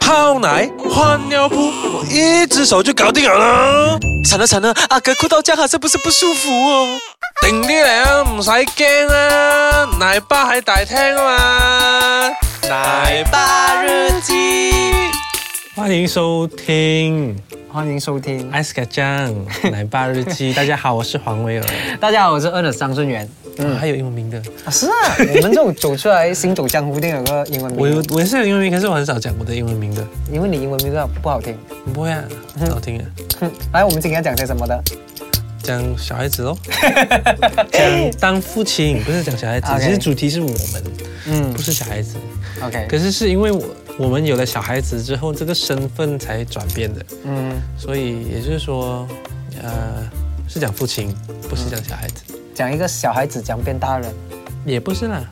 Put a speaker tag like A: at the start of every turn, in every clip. A: 泡奶、换尿布，我一只手就搞定了啦。
B: 惨了惨了，阿哥哭到这样，是不是不舒服哦？
A: 定啲嚟啊，唔使惊啊，奶爸喺大厅啊嘛。奶
B: 爸日记。
A: 欢迎收听
C: 欢迎收听，
A: 艾斯卡酱奶爸 日记。大家好，我是黄威尔，
C: 大家好，我是 Ernest 张顺元。
A: 还有英文名的，
C: 啊，是啊，我们这种走出来行走江湖一定有个英文名，
A: 我有我也是有英文名，可是我很少讲我的英文名的。
C: 因为你英文名字不好听。
A: 不会啊，很好听啊，
C: 哼，来，我们今天要讲些什么的
A: 讲小孩子喽，讲当父亲，不是讲小孩子，
C: OK
A: 其实主题是我们，
C: 嗯
A: 不是小孩子。
C: ？OK，
A: 可是是因为我我们有了小孩子之后，这个身份才转变的，
C: 嗯，
A: 所以也就是说，呃，是讲父亲，不是讲小孩子，
C: 讲一个小孩子讲变大人，
A: 也不是啦。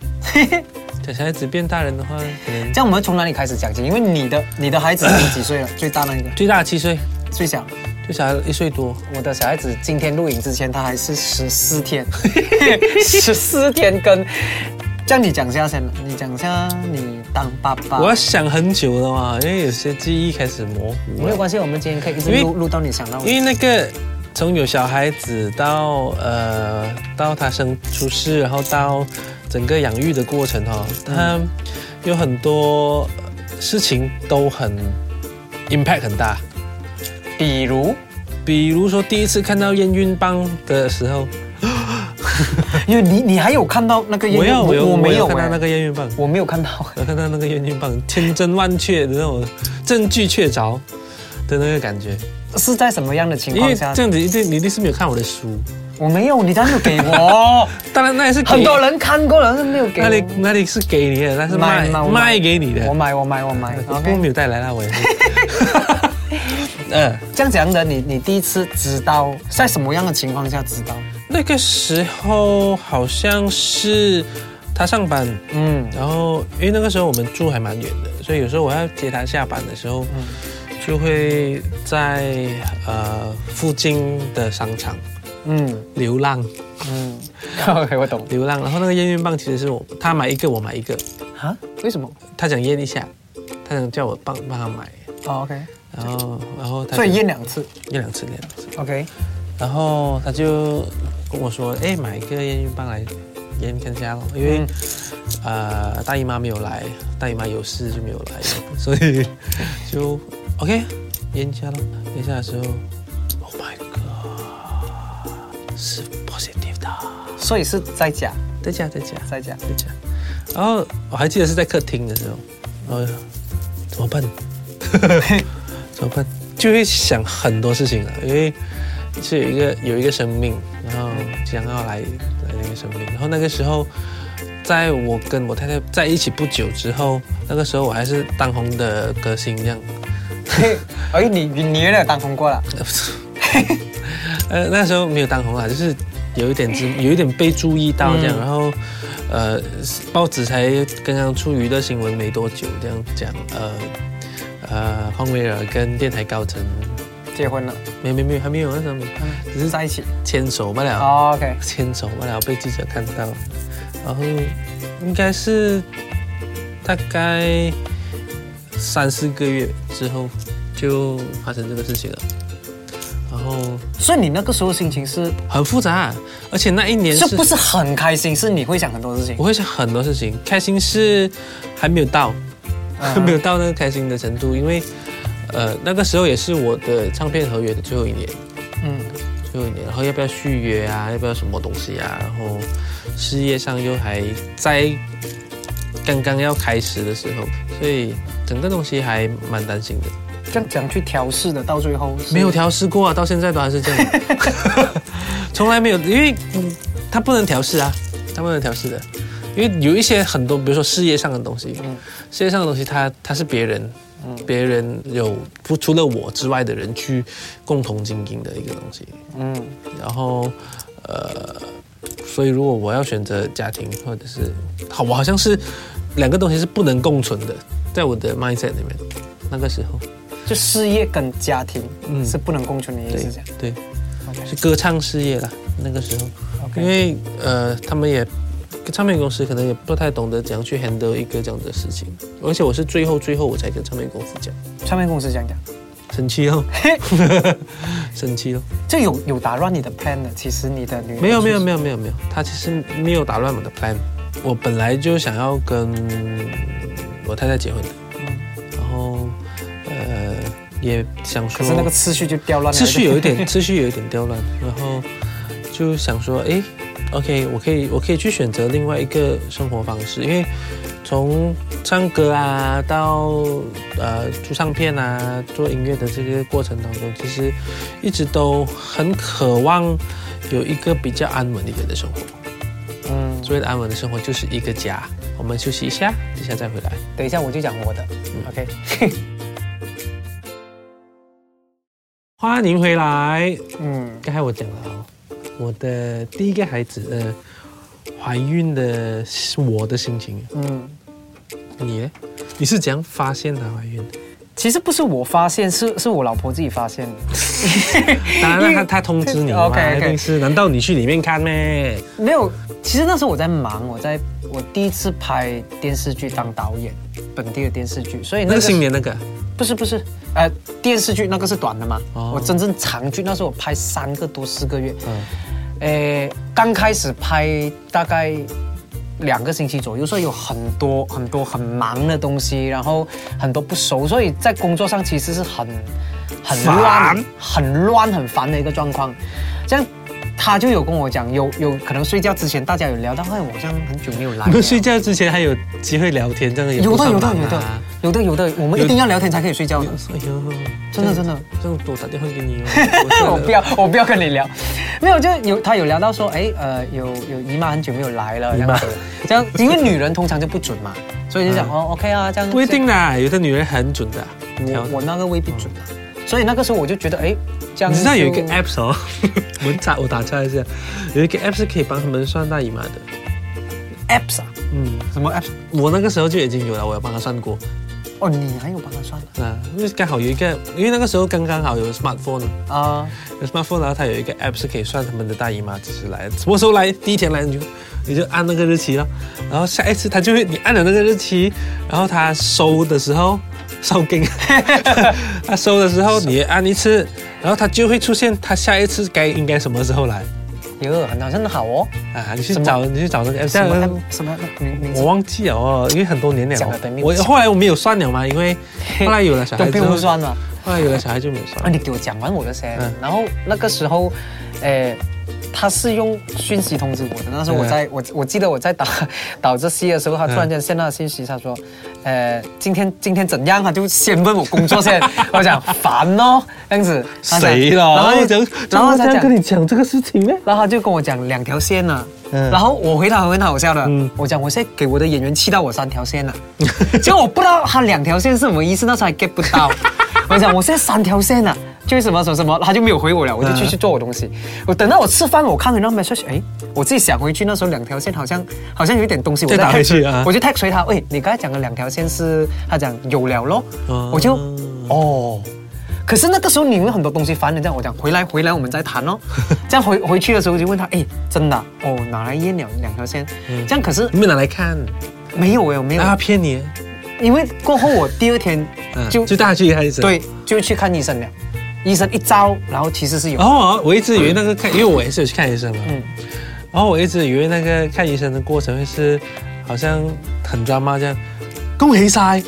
A: 讲小孩子变大人的话，可能
C: 这样我们从哪里开始讲起？因为你的你的孩子是几 岁了？最大那一个，
A: 最大七岁，
C: 最小。
A: 最小一岁多，
C: 我的小孩子今天录影之前，他还是十四 天，十四天跟。这样你讲一下先，你讲一下你当爸爸。
A: 我要想很久了嘛，因为有些记忆开始模糊
C: 没有
A: 了，
C: 关系，我们今天可以一直
A: 因为
C: 录录到你想到
A: 因
C: 为
A: 为那个。从有小孩子到呃到他生出世，然后到整个养育的过程哈、哦，
C: 嗯
A: 他有很多呃事情都很 impact 很大。
C: 比如
A: 比如说第一次看到验孕棒的时候，
C: 因为你你还有看到那个烟
A: 我
C: 雾
A: 有我有
C: 我没有
A: 看到
C: 欸
A: 那个验孕棒，
C: 我没有看到。
A: 我看到那个验孕棒千真万确的那种证据确凿的那个感觉，
C: 是在什么样的情
A: 因为
C: 况下
A: 这？样子一定你一定是没有看我的书，
C: 我没有，你当然没有给我。
A: 当然那也是给
C: 很多人看过了，但是没有给
A: 那
C: 我。
A: 里那里是给你的，那是卖
C: 卖卖我买
A: 卖给你的
C: 我，买，我买，我买。
A: 我不过
C: OK，
A: 没有带来啦，我也是。 嗯，
C: 这样讲的，你你第一次知道在什么样的情况下知道？
A: 那个时候好像是他上班，
C: 嗯
A: 然后因为那个时候我们住还蛮远的，所以有时候我要接他下班的时候，
C: 嗯
A: 就会在呃附近的商场
C: 嗯
A: 流浪
C: 嗯。OK，我懂。
A: 流浪。然后那个验孕棒其实是我他买一个我买一个，
C: 啊？为什么？
A: 他想验一下，他想叫我帮帮他买，
C: 哦，OK，
A: 然后然后他
C: 所以
A: 就
C: 验两次。
A: 验两次验两次，
C: OK，
A: 然后他就跟我说，哎，买一个验孕棒来验看一下咯，因为。
C: 嗯
A: 呃，大姨妈没有来，大姨妈有事就没有来，所以就 OK 验一下咯。验一下的时候，Oh my god，是 positive 的，
C: 所以是在家，
A: 在家在家
C: 在家。
A: 在家。然后我还记得是在客厅的时候，然后呃怎么办？怎么办？就会想很多事情了，因为是有一个有一个生命，然后想要来来那个生命，然后那个时候，在我跟我太太在一起不久之后，那个时候我还是当红的歌星这样，
C: 嘿，哎，你你你原来有当红过了。
A: 呃，不是 呃那时候没有当红啦，就是有一点知，有一点被注意到这样，
C: 哎嗯
A: 然后呃，报纸才刚刚出娱乐新闻没多久，这样讲，呃呃，匡威尔跟电台高层。
C: 结婚了，
A: 没没没有，还没有那什么，只是
C: 在一起。
A: 牵手罢了，
C: 哦 OK，
A: 牵手罢了，被记者看到，然后应该是大概三四个月之后就发生这个事情了，然后
C: 所以你那个时候心情是
A: 很复杂，啊而且那一年
C: 是
A: 是哦
C: 不是很开心？是你会想很多事情
A: 我。会想很多事情，开心是还没有到，
C: 嗯
A: 没有到那个开心的程度，因为呃那个时候也是我的唱片合约的最后一年。
C: 嗯，
A: 最后一年，然后要不要续约啊？要不要什么东西啊？然后事业上又还在刚刚要开始的时候，所以整个东西还蛮担心的。
C: 这样讲去调试的，到最后是
A: 没有调试过啊，到现在都还是这样，从来没有，因为嗯它不能调试啊，它不能调试的，因为有一些很多，比如说事业上的东西，事业上的东西它它是别人。别人有不除了我之外的人去共同经营的一个东西，
C: 嗯
A: 然后呃，所以如果我要选择家庭或者是好，我好像是两个东西是不能共存的，在我的 mindset 里面，那个时候，
C: 就事业跟家庭
A: 嗯
C: 是不能共存的意
A: 对
C: 思，这样。
A: 对，
C: OK
A: 是歌唱事业啦，那个时候，因
C: OK，
A: 为呃，他们也唱片公司可能也不太懂得怎样去 handle 一个这样的事情，而且我是最后最后我才跟唱片公司讲，
C: 唱片公司这样讲，
A: 生气 哦，生气哦，
C: 这有有打乱你的 plan 的。其实你的女
A: 没有没有没
C: 有，
A: 有没有没有，他其实没有打乱我的 plan，我本来就想要跟我太太结婚的，
C: 嗯
A: 然后呃也想说，
C: 可是那个次序就掉乱了。
A: 秩序有一点，秩序有一点刁乱，然后就想说，诶 o k 我可以，我可以去选择另外一个生活方式，因为从唱歌啊到呃出唱片啊做音乐的这个过程当中，其实一直都很渴望有一个比较安稳一点的生活。
C: 嗯，
A: 所谓的安稳的生活就是一个家，我们休息一下，等一下再回来。
C: 等一下我就讲我的。OK，
A: 嗯欢迎回来，
C: 嗯，
A: 刚才我讲了哦，我的第一个孩子，呃，怀孕的我的心情，
C: 嗯。
A: 你呢？你是怎样发现她怀孕的？
C: 其实不是我发现，是是我老婆自己发现的。
A: 当
C: 因
A: 然
C: 为哦
A: 啦，她她通知你 嘛，
C: OK，OK
A: 一定是。难道你去里面看咩？
C: 没有，其实那时候我在忙，我在我第一次拍电视剧当导演，本地的电视剧，所以那
A: 那
C: 个
A: 个新年那个，
C: 不是不是，呃，电视剧那个是短的嘛，
A: 哦
C: 我真正长剧那时候我拍三个多四个月，
A: 嗯，
C: 呃，刚开始拍大概两个星期左右，所以有很多很多很忙的东西，然后很多不熟，所以在工作上其实是很很
A: 烦
C: 乱、很乱、很烦的一个状况。这样他就有跟我讲，有有可能睡觉之前大家有聊到，哎，我好像很久没有来
A: 啊你
C: 了。
A: 们睡觉之前还有机会聊天，这样也
C: 有
A: 不
C: 的
A: 上
C: 有的
A: 班
C: 有的
A: 啊。
C: 有的有的，我们
A: 有
C: 一定要聊天才可以睡觉的。
A: 哎呦，
C: 真的真的，
A: 这样我打电话给你哦，
C: 我不要，我不要跟你聊。没有，就有他有聊到说，哎，呃，有有姨妈很久没有来了，
A: 姨
C: 这
A: 妈
C: 样子，这样，因为女人通常就不准嘛，所以就讲、
A: 嗯
C: 哦，OK 啊，这样
A: 不一定嗯啦，有的女人很准的。挑
C: 我我那个未必准啊，所以那个时候我就觉得，哎，这样
A: 你知道有一个
C: 就
A: app 哦， 我打我打岔一下，有一个 app 是可以帮他们算大姨妈的。
C: apps 啊，
A: 嗯，
C: 什么 apps？
A: 我那个时候就已经有了，我有帮他算过。
C: 哦，你还有帮他算了
A: 啊，因为刚好有一个，因为那个时候刚刚好有 smartphone，
C: 啊、
A: 有 smartphone，然后它有一个 app 是可以算他们的大姨妈几时来，什么时候来，第一天来你就你就按那个日期了，然后下一次它就会你按了那个日期，然后它收的时候收 给你，它收的时候你也按一次，然后它就会出现它下一次该应该什么时候来
C: 哟，很好，真的好哦，
A: 啊，你去
C: 什么
A: 找你去找那个 app，
C: 什么
A: 这样
C: app- 什么名名字
A: 我？忘记了哦，因为很多年了
C: 讲了等于没
A: 哦。
C: 有
A: 我
C: 讲
A: 后来我没有算了嘛，因为后来有了小
C: 都
A: 孩
C: 不
A: 之
C: 用
A: 后，
C: 算了。
A: 后来有了小孩就没有算
C: 啊，
A: 了。
C: 你给我讲完我的先。
A: 嗯
C: 然后那个时候，诶、他是用讯息通知我的。那时候我
A: 嗯
C: 在、我我记得我在 导导这戏的时候，他突然间先到信息，他
A: 嗯
C: 说，呃，今天今天怎样？他就先问我工作先。 我讲烦哦，这样子。他讲
A: 谁了？
C: 然后就然后
A: 这
C: 他
A: 样
C: 讲
A: 跟。你讲这个事情呢？
C: 然后他就跟我讲两条线呢、
A: 嗯
C: 然后我回答很好笑的，
A: 嗯
C: 我讲我现在给我的演员气到我三条线了，结果我不知道他两条线是什么意思，那时候还 get 不 到。我讲我现在三条线了、就是什么什么什么，他就没有回
A: 嗯
C: 我了，我就继续做我东西。我等到我吃饭，我看回那 message，哎，我自己想回去，那时候两条线好像好像有一点东西，我
A: 再打
C: text-
A: 回去啊
C: 我就 text 回他，喂，你刚才讲的两条线是，他讲有了咯，
A: 哦
C: 我就哦。可是那个时候你有很多东西烦人，这样我讲回来回来我们再谈 哦。这样回回去的时候我就问他，哎，真的啊哦，哪来验两两条线？这样可是
A: 你们拿来看
C: 没有哎，我没
A: 嗯
C: 有，
A: 啊？骗你？
C: 因为过后我第二天
A: 嗯，
C: 就、
A: 就带他去看医生。。
C: 对就去看医生了，医生一招，然后其实是有，
A: 哦，我一直以为那个看，因为我也是有去看医生嘛。
C: 嗯
A: 然后我一直以为那个看医生的过程会是好像很抓马这样。恭喜晒，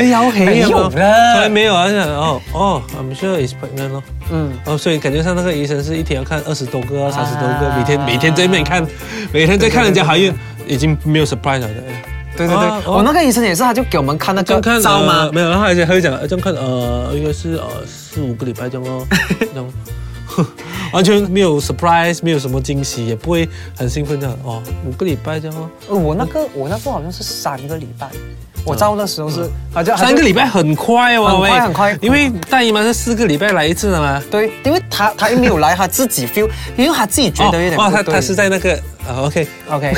A: 你有喜
C: 没有
A: 啊
C: 啦
A: 从来没有啊！就想哦哦，I'm sure is pregnant 咯。
C: 嗯。
A: 哦，所以感觉上那个医生是一天要看二十多个、三十多个，
C: 啊
A: 每天每天在那边看，每天在看人家怀 孕，已经没有 surprise 了的。
C: 对对对，
A: 啊哦
C: 我那个医生也是，他就给我们看那
A: 这
C: 个
A: 样看
C: 照吗
A: 呃？没有，然后而且他会讲，呃这样看呃，应该是呃四五个礼拜这 样哦，这样。 完全没有 surprise，没有什么惊喜，也不会很兴奋这样哦，五个礼拜这样哦，
C: 呃我那个我那个好像是三个礼拜，我照的时候是，好像
A: 嗯三个礼拜很快哦，
C: 很快
A: 喂
C: 很快
A: 因为大姨妈是四个礼拜来一次的嘛。
C: 对，因为他他又没有来，他自己 feel，因为他自己觉得有点
A: 哦，
C: 不
A: 他
C: 对。
A: 他是在那个啊，OK，
C: OK，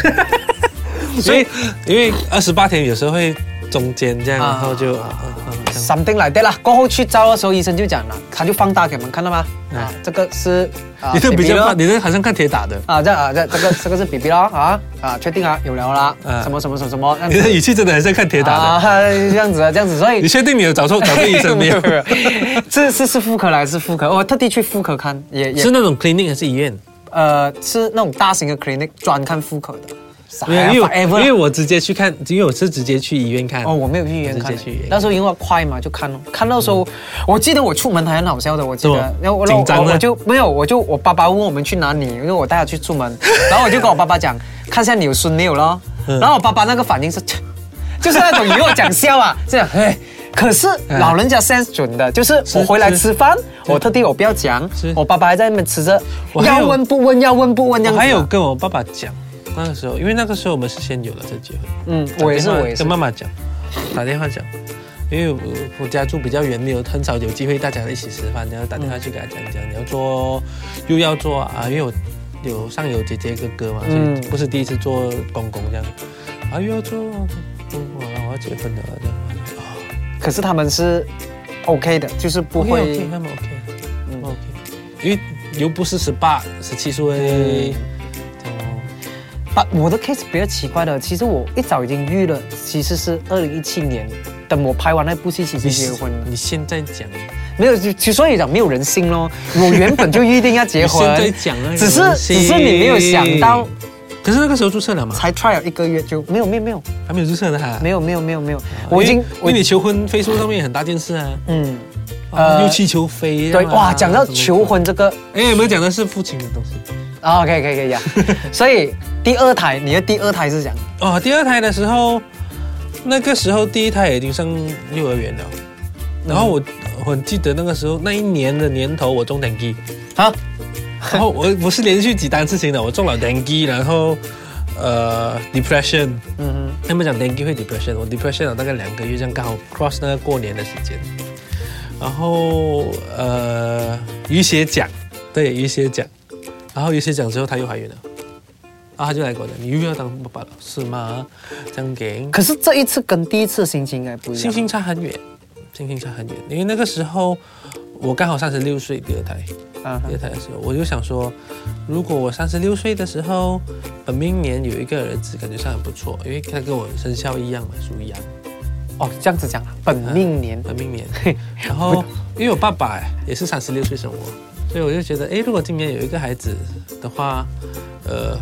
A: 所以因为二十八天有时候会中间这样，
C: 啊
A: 然后就啊啊啊这样
C: something like that 啦。过后去照的时候，医生就讲了，他就放大给我们看到吗？
A: 嗯
C: 啊，这个是啊
A: 你这
C: BB
A: 比较
C: 咯
A: 怕，你这好像看铁打的，
C: 啊，这啊这这个这个是 BB 啦啊啊，确定啊，有聊啦，
A: 嗯
C: 什么什么什么什么，这样
A: 你
C: 子
A: 的语气真的很像看铁打
C: 啊
A: 的。
C: 这样子啊，这样子，所以
A: 你确定你有找错找对医生没有？
C: 这是是妇科来是妇科，我特地去妇科看，也 也
A: 是那种 clinic 还是医院？
C: 呃是那种大型的 clinic 专看妇科的，傻
A: 没有，
C: 哎呀
A: 因为我因
C: forever
A: 为我直接去看，因为我是直接去医院看。
C: 哦，我没有去医院看
A: 直接去医院，
C: 那时候因为快嘛，就看咯。看到时候，我记得我出门还很好笑的，我记
A: 是吗
C: 得，然后我
A: 嗯啊紧张
C: 我
A: 吗
C: 我就没有，我就我爸爸问我们去哪里，因为我带他去 出门，然后我就跟我爸爸讲，看一下你有孙六咯。
A: 嗯
C: 然后我爸爸那个反应是，切就是那种与我讲笑啊， 这样哎。可是老人家 sense 准的，就是我回来
A: 嗯是
C: 吃饭，我特地我不要讲
A: 是，
C: 我爸爸还在那边吃着，
A: 我还有
C: 要问不问，要问不问，这样
A: 我
C: 子啊
A: 还有跟我爸爸讲，那个时候，因为那个时候我们是先有了再结婚。
C: 嗯，我也是，
A: 打电话
C: 我也是
A: 跟，妈妈讲，打电话讲，因为我我家住比较远，没有很少有机会大家一起吃饭，然后打电话去给他讲讲，你要做又要做啊，因为我有上有姐姐哥哥嘛，所
C: 嗯
A: 以不是第一次做公公这样，啊又要做，公公啊我要结婚了这样，啊
C: 可是他们是 OK 的，就是不
A: OK
C: 会
A: OK，他们 OK，嗯 OK，因为又不是十八十七岁，哦
C: 把我的 case 比较奇怪的，其实我一早已经预了，其实是二零一七年，等我拍完那部戏，其实
A: 你
C: 结婚了，
A: 你现在讲，
C: 没有，就就所以讲没有人性咯。我原本就预定要结
A: 你
C: 婚
A: 现，在讲啊，
C: 只是
A: 有人
C: 只是你没有想到，
A: 信，可是那个时候注册了嘛，
C: 才 try 了一个月就没有没有没有
A: 还没有注册的哈。
C: 没有没有没有没有，
A: 啊因为
C: 我已经
A: 因
C: 我
A: 为你求婚，Facebook 上面也很大件事啊，
C: 嗯
A: 啊
C: 呃
A: 又气球飞、啊。
C: 对哇，讲到求婚这个
A: 什么的，哎，我们讲的是父亲的东西。
C: 啊，可以可以可以呀， 所以第二胎你的第二胎是讲
A: 哦，第二胎的时候，那个时候第一胎已经上幼儿园了，然后我我很记得那个时候那一年的年头我中 dengue，
C: 啊
A: 然后我我是连续几单事情的，我中了 dengue，然后呃 depression，
C: 嗯
A: 他们讲 dengue 会 depression，我 depression 了大概两个月，这样刚好 cross 那个过年的时间。然后呃，淤血奖，对淤血奖，然后淤血奖之后她又怀孕了，然后她就来跟我讲，你又要当爸爸了是吗？这样给
C: 哼，可是这一次跟第一次心情应该不一
A: 心
C: 样，
A: 情差很远，心情差很远，因为那个时候我刚好三十六岁，第二胎，
C: 嗯
A: 第二胎的时候，我就想说，如果我三十六岁的时候，本命年有一个儿子，感觉上很不错，因为他跟我生肖一样嘛，属羊。
C: 哦这样子讲啊，本命年
A: 本命年。然后因为我爸爸也是三十六岁生我，所以我就觉得，诶，如果今年有一个孩子的话，呃，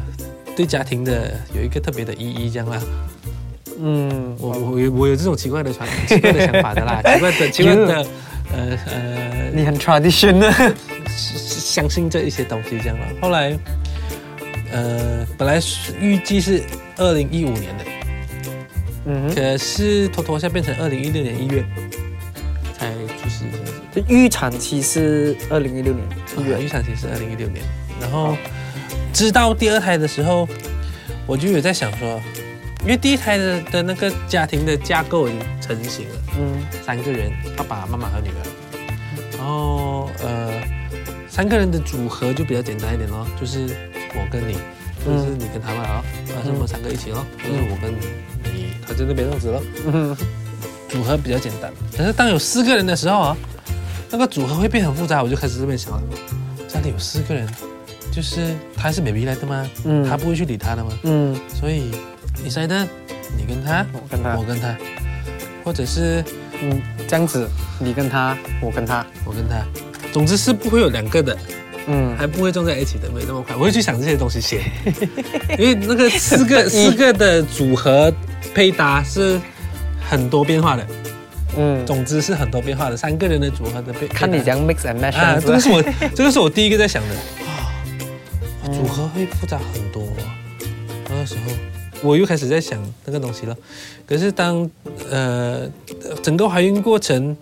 A: 对家庭的有一个特别的意义，这样啦。
C: 嗯。
A: 我我有我有这种奇怪的传奇怪的想法的 啦，奇怪的奇怪的，呃呃，
C: 你很 traditional，
A: 相信这一些东西这样了。后来，呃，本来是预计是二零一五年的，
C: 嗯哼，
A: 可是拖拖一下变成二零一六年一月才出事这样子。
C: 就预产期是二零一六年一
A: 预
C: 月，
A: 预产期是二零一六年，然后知道第二胎的时候，我就有在想说，因为第一胎的的那个家庭的架构已经成型了，
C: 嗯，
A: 三个人，爸爸妈妈和女儿，然后呃，三个人的组合就比较简单一点咯，就是我跟你，或者是
C: 嗯
A: 你跟他们哦，还是我们三个一起咯，就是我跟你，他在那边这样子咯，
C: 嗯，
A: 组合比较简单。可是当有四个人的时候啊，那个组合会变很复杂。我就开始这边想了，家里有四个人，就是他是 baby 来的吗？
C: 嗯
A: 他不会去理他的吗？
C: 嗯，
A: 所以你猜的，你跟他，
C: 我跟他
A: 我，跟他，或者是
C: 嗯，这样子，你跟他，我跟他，
A: 我跟他，总之是不会有两个的，
C: 嗯，
A: 还不会撞在一起的，没那么快。我会去想这些东西 先，因为那个四个四个的组合配搭是很多变化的，
C: 嗯，
A: 总之是很多变化的，三个人的组合的配
C: 看你
A: 配搭
C: 怎样 mix and
A: 啊，
C: match，
A: 这个
C: 是
A: 是我， 这个是我第一个在想的。啊，组合会复杂很多、哦。那个时候我又开始在想那个东西了。可是当呃整个怀孕过程，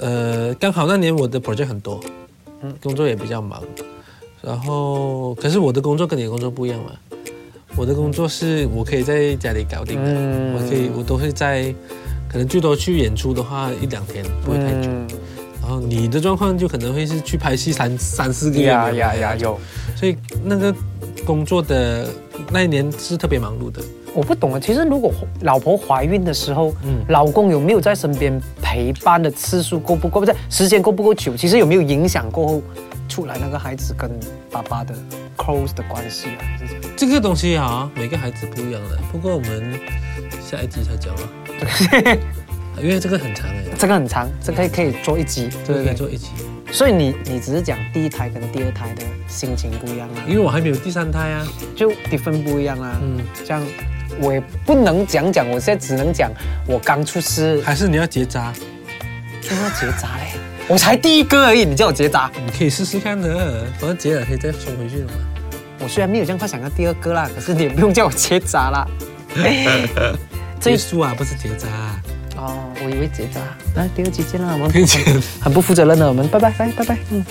A: 呃刚好那年我的 project 很多，嗯，工作也比较忙。然后，可是我的工作跟你的工作不一样嘛。我的工作是我可以在家里搞定的，
C: 嗯
A: 我可以我都会在，可能最多去演出的话一两天，不会太久。
C: 嗯，
A: 然后你的状况就可能会是去拍戏三三四个月，
C: 呀呀呀，有，
A: 所以那个工作的那一年是特别忙碌的，
C: 我不懂啊。其实如果老婆怀孕的时候，
A: 嗯
C: 老公有没有在身边陪伴的次数够不够，不是时间够不够久？其实有没有影响过后出来那个孩子跟爸爸的 close 的关系啊？还是怎么样
A: 这个东西啊，每个孩子不一样的。不过我们下一集再讲吧， 因为这个很长哎，
C: 这个很长，这个可以可以做一集，
A: 这个
C: 嗯对
A: 可以
C: 不
A: 做
C: 对？
A: 一集。
C: 所以你你只是讲第一胎跟第二胎的心情不一样啊，
A: 因为我还没有第三胎啊，
C: 就 different 不一样啊。
A: 嗯，
C: 这样我也不能讲讲，我现在只能讲我刚出师
A: 还是你要结扎，
C: 就要结扎嘞，我才第一个而已，你叫我结扎？
A: 你可以试试看的，反正结了可以再送回去的嘛。
C: 我虽然没有这样快想要第二个啦，可是你也不用叫我结扎啦。这
A: 结
C: 一
A: 束啊， 不是结扎、
C: 哦，我以为结扎。那第二期见啦，我们
A: 并且。
C: 很不负责任的，我们拜拜，拜拜拜。嗯